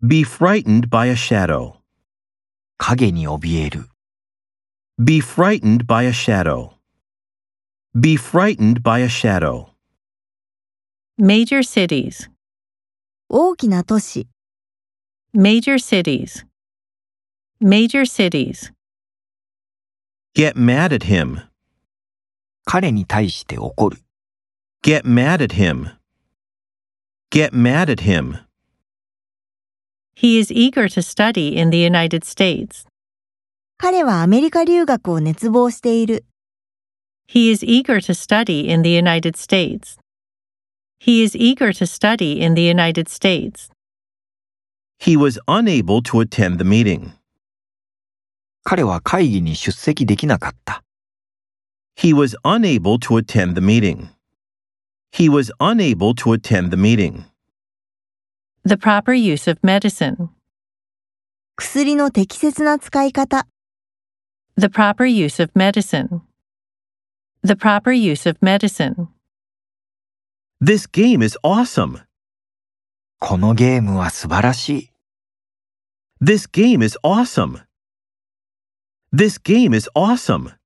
Be frightened by a shadow. 影に怯える、 Be frightened by a shadow. Be frightened by a shadow. Major cities. 大きな都市、 Major cities. Major cities. Get mad at him. 彼に対して怒る、 Get mad at him. Get mad at him. He is eager to study in the United States. 彼はアメリカ留学を熱望している。 He is eager to study in the United States. He is eager to study in the United States. He was unable to attend the meeting. 彼は会議に出席できなかった、 He was unable to attend the meeting. He was unable to attend the meeting. The proper use of medicine. 薬の適切な使い方、 The proper use of medicine. The proper use of medicine. This game is awesome. このゲームは素晴らしい、 This game is awesome. This game is awesome.